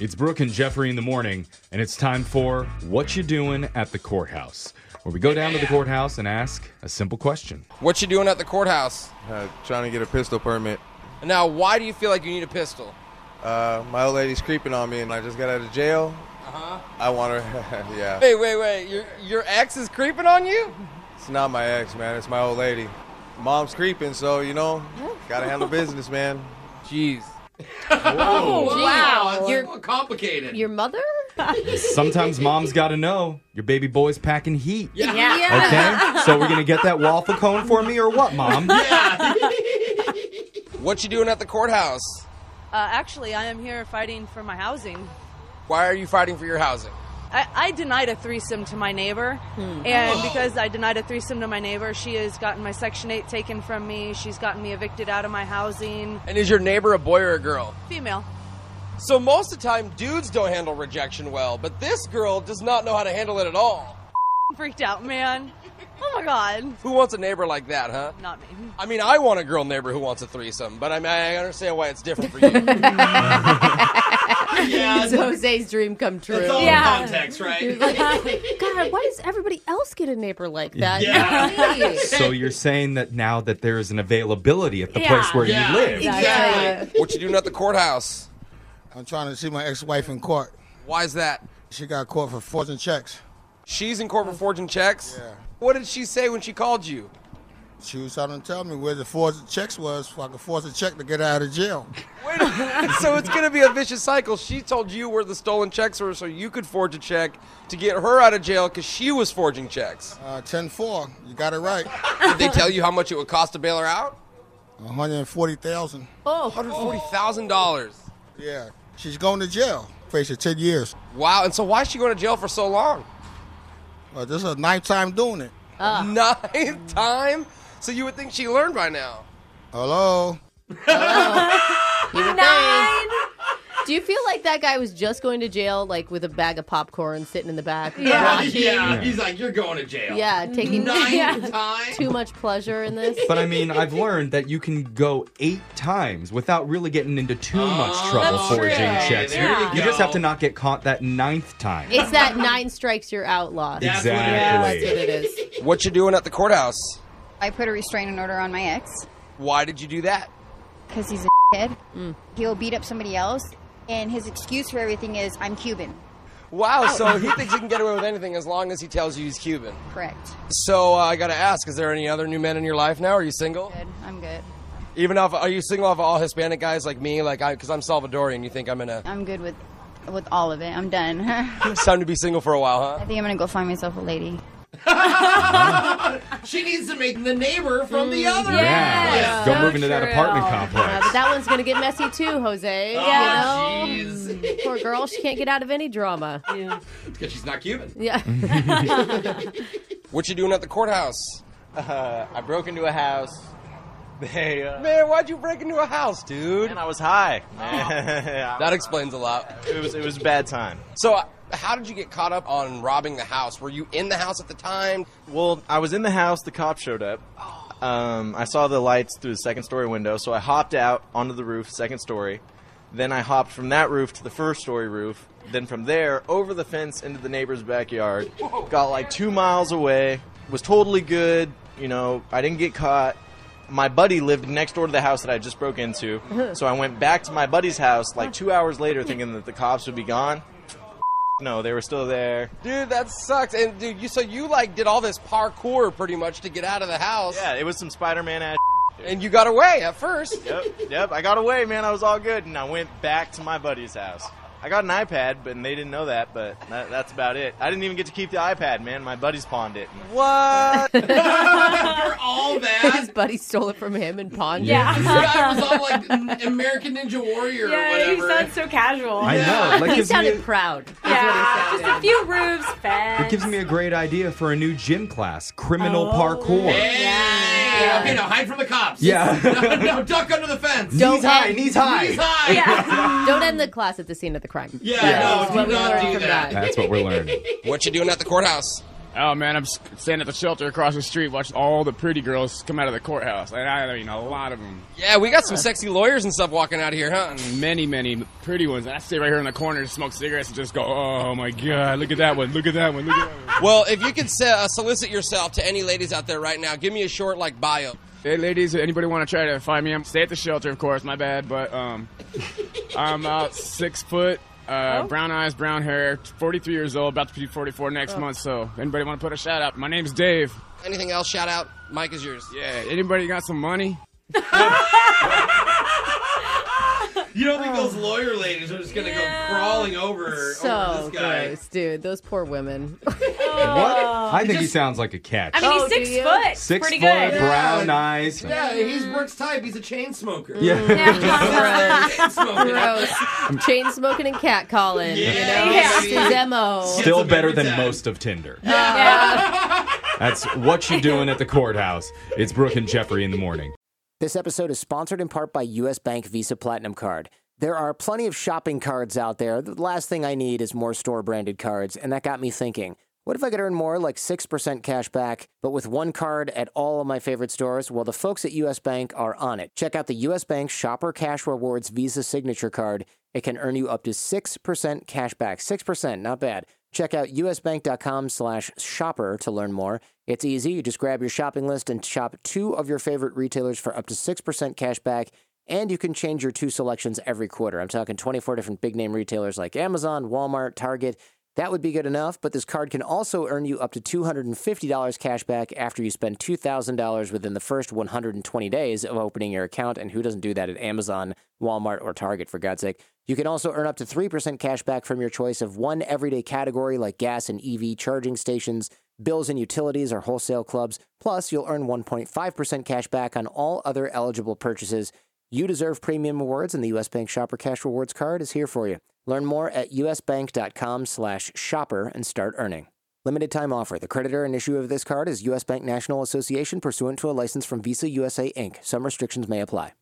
It's Brooke and Jeffrey in the morning, and it's time for What You Doing at the Courthouse, where we go down to the courthouse and ask a simple question. What you doing at the courthouse? Uh, trying to get a pistol permit. Now, why do you feel like you need a pistol? Uh, my old lady's creeping on me, and I just got out of jail. Uh-huh. I want her. yeah. Wait, wait, wait. Your your ex is creeping on you? It's not my ex, man. It's my old lady. Mom's creeping, so you know, gotta handle business, man. Jeez. wow. That's Your, more complicated. your mother? Sometimes mom's got to know your baby boy's packing heat. yeah. Okay? So we're going to get that waffle cone for me or what, mom? What you doing at the courthouse? Uh, actually, I am here fighting for my housing. Why are you fighting for your housing? I, I denied a threesome to my neighbor, and because I denied a threesome to my neighbor, she has gotten my Section 8 taken from me. She's gotten me evicted out of my housing. And is your neighbor a boy or a girl? Female. So most of the time, dudes don't handle rejection well, but this girl does not know how to handle it at all. Freaked out, man. Oh my god. Who wants a neighbor like that, huh? Not me. I mean, I want a girl neighbor who wants a threesome, but I mean, I understand why it's different for you. It's Jose's dream come true. It's all yeah. context, right? God, why does everybody else get a neighbor like that? Yeah. Jeez. So you're saying that now that there is an availability at the Yeah. place where Yeah. you live. Exactly. what you doing at the courthouse? I'm trying to see my ex-wife in court. Why is that? She got caught for forging checks. She's in court for forging checks. Yeah. What did she say when she called you? She was trying to tell me where the forged checks was so I could force a check to get her out of jail. Wait a minute. so it's going to be a vicious cycle. She told you where the stolen checks were so you could forge a check to get her out of jail because she was forging checks. Uh, 10-4, you got it right. Did they tell you how much it would cost to bail her out? 140,000. Oh, $140,000. Yeah, she's going to jail. Facing 10 years. Wow. And so why is she going to jail for so long? Uh, this is her ninth time doing it. Ninth time? So you would think she learned by now. Hello? Nine. Do you feel like that guy was just going to jail, like with a bag of popcorn sitting in the back? yeah. He's like, you're going to jail. Yeah, taking Nine yeah, times. too much pleasure in this. But I mean, I've learned that you can go eight times without really getting into too much trouble That's forging true. checks. There you you just go. have to not get caught that ninth time. It's that nine strikes you're out law. That's exactly. Yeah, that's what it is. What you doing at the courthouse? I put a restraining order on my ex Why did you do that? because he's a kid. He'll beat up somebody else, and his excuse for everything is, I'm Cuban. Wow, so he thinks he can get away with anything as long as he tells you he's Cuban. Correct. So uh, I gotta ask: Is there any other new men in your life now? Are you single? Good. I'm good. Even off, are you single off all Hispanic guys like me? Like I, because I'm Salvadorian. You think I'm gonna? I'm good with with all of it. I'm done. I It's time to be single for a while, huh? think I'm gonna go find myself a lady. She needs to make the neighbor from the other. Yeah. Yeah. Go So move into that true. apartment Uh, but complex. that one's gonna get messy too, Jose. Oh, You know? jeez. Poor girl, she can't get out of any drama. It's 'cause she's not Cuban. Yeah. What you doing at the courthouse? Uh, I broke into a house. They, uh, Man, why'd you break into a house, dude? and I was high. Yeah, That explains a lot. it was it was a bad time. So, uh, how did you get caught up on robbing the house? Were you in the house at the time? Well, I was in the house. The cop showed up. Um, I saw the lights through the second story window, so I hopped out onto the roof, second story. Then I hopped from that roof to the first story roof. Then from there over the fence into the neighbor's backyard. Got like two miles away. Was totally good. You know, I didn't get caught. My buddy lived next door to the house that I just broke into, so I went back to my buddy's house like two hours later, thinking that the cops would be gone. No, they were still there. Dude, that sucks. And dude, you so you like did all this parkour pretty much to get out of the house, Yeah, it was some Spider-Man ass. and you got away at first. yep, yep. I got away, man. I was all good, and I went back to my buddy's house. I got an iPad, but and they didn't know that. But that, that's about it. I didn't even get to keep the iPad, man. My buddies pawned it. What? After all His that, buddy stole it from him and pawned this guy was all like n- American Ninja Warrior or Yeah, he whatever. sounds so casual. I know. Like it. He gives me, sounded a, proud. is what he yeah, sounded. just a few roofs, fans. it gives me a great idea for a new gym class, criminal Oh, parkour. Hey, Okay, now hide from the cops. Yeah. no, no, duck under the fence. Knees high, knees high. Knees high. Don't end the class at the scene of the crime. Yeah, Yeah. no, What do we not learned do from that. that. That's what we're learning. What you doing at the courthouse? Oh man, I'm s- staying at the shelter across the street, watching all the pretty girls come out of the courthouse, and I mean a lot of them. Yeah, we got some sexy lawyers and stuff walking out of here, huh? Many, many pretty ones. And I sit right here in the corner, smoke cigarettes, and just go, "Oh my god, look at that one! Look at that one! Look at that one!" Well, if you could se- uh, solicit yourself to any ladies out there right now, give me a short like bio. Hey, ladies, anybody want to try to find me? I'm stay at the shelter, of course. My bad, but um, I'm out six foot, uh, brown eyes, brown hair, 43 years old, about to be 44 next Oh. month. So, anybody want to put a shout out? My name's Dave. Anything else? Shout out. Mike is yours. Yeah. Anybody got some money? You don't think those lawyer ladies are just gonna go crawling over, over So this guy? gross, dude. Those poor women. What? Oh. I think he sounds like a cat. I mean, he's six foot. Oh, Six Pretty foot, good. brown eyes. Yeah, he's Brooks' type. He's a chain smoker. Yeah. Mm. Chain smoker. Gross. Chain smoking and cat calling. Yeah, You know, Yeah. That's his demo. Still better than most of Tinder. That's what you doing at the courthouse. It's Brooke and Jeffrey in the morning. This episode is sponsored in part by US Bank Visa Platinum Card. There are plenty of shopping cards out there. The last thing I need is more store branded cards, and that got me thinking. What if I could earn more, like 6% cash back, but with one card at all of my favorite stores? Well, the folks at US Bank are on it. Check out the US Bank Shopper Cash Rewards Visa Signature Card. It can earn you up to 6% cash back. 6%, not bad. Check out usbank.com slash shopper to learn more. It's easy. You just grab your shopping list and shop two of your favorite retailers for up to 6% cash back. And you can change your two selections every quarter. I'm talking 24 different big name retailers like Amazon, Walmart, Target. That would be good enough, but this card can also earn you up to $250 cash back after you spend $2,000 within the first 120 days of opening your account. And who doesn't do that at Amazon, Walmart, or Target, for God's sake? You can also earn up to 3% cash back from your choice of one everyday category like gas and EV charging stations, bills and utilities, or wholesale clubs. Plus, you'll earn 1.5% cash back on all other eligible purchases. You deserve premium awards, and the U.S. Bank Shopper Cash Rewards card is here for you. Learn more at usbank.com slash shopper and start earning. Limited time offer. The creditor and issuer of this card is U.S. Bank National Association pursuant to a license from Visa USA, Inc. Some restrictions may apply.